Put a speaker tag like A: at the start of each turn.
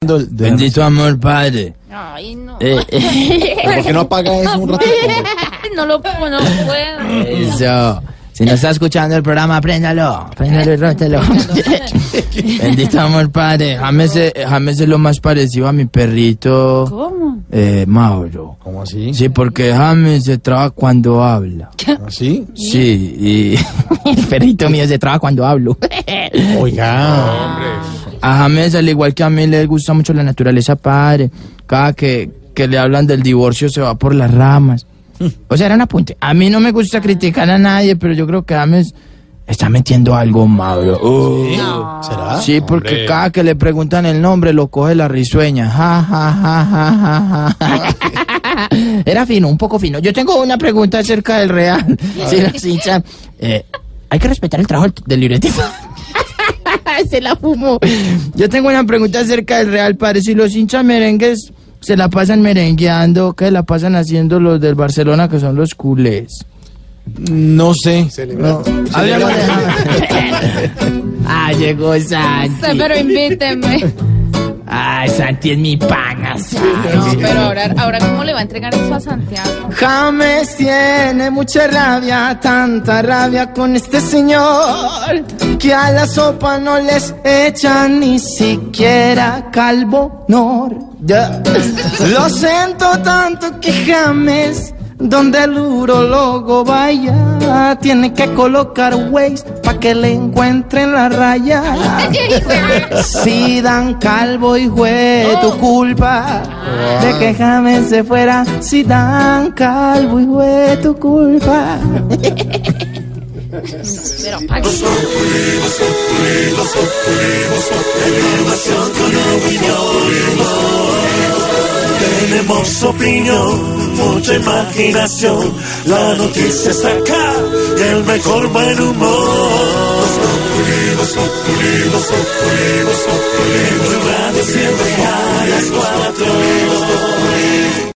A: de-
B: Bendito amor, padre.
C: Ay, no.
B: Eh, eh,
A: Pero ¿Por qué no apaga eso un ratito?
C: No lo puedo, no puedo.
B: eso. Si no está escuchando el programa, préndalo. Préndalo y rótelo. Bendito amor, padre. James, eh, James es lo más parecido a mi perrito,
C: ¿Cómo?
B: eh, Mauro.
A: ¿Cómo así?
B: Sí, porque James se traba cuando habla.
A: ¿Así?
B: Sí, y el perrito mío se traba cuando hablo.
A: Oiga.
B: A James, al igual que a mí, le gusta mucho la naturaleza, padre. Cada que, que le hablan del divorcio se va por las ramas. O sea, era un apunte. A mí no me gusta criticar a nadie, pero yo creo que James está metiendo algo malo. Uh.
A: ¿Será?
B: Sí, porque cada que le preguntan el nombre lo coge la risueña. Ja, ja, ja, ja, ja, ja. Era fino, un poco fino. Yo tengo una pregunta acerca del Real. Sí, los hinchas. Eh, hay que respetar el trabajo del libretista. se la fumó. Yo tengo una pregunta acerca del Real Padre. Si los hinchas merengues se la pasan merengueando, ¿qué la pasan haciendo los del Barcelona que son los culés?
A: No sé.
B: Hablemos de Ah, llegó Santi.
C: Pero invíteme.
B: Ay, Santi es mi pana,
C: No,
B: Santi.
C: pero ahora, ahora, ¿cómo le va a entregar eso a Santiago?
B: James tiene mucha rabia, tanta rabia con este señor, que a la sopa no les echan ni siquiera calvonor. Ya. Lo siento tanto que James, donde el urologo vaya, tiene que colocar waste para que le encuentren la raya. Si dan calvo y fue tu culpa de que James se fuera. Si dan calvo y fue tu culpa.
C: Pero pague.
D: Tenemos opinión, mucha imaginación. La noticia está acá y el mejor buen humor. Los populimos, populimos, populimos, populimos. Radio siempre a las cuatro.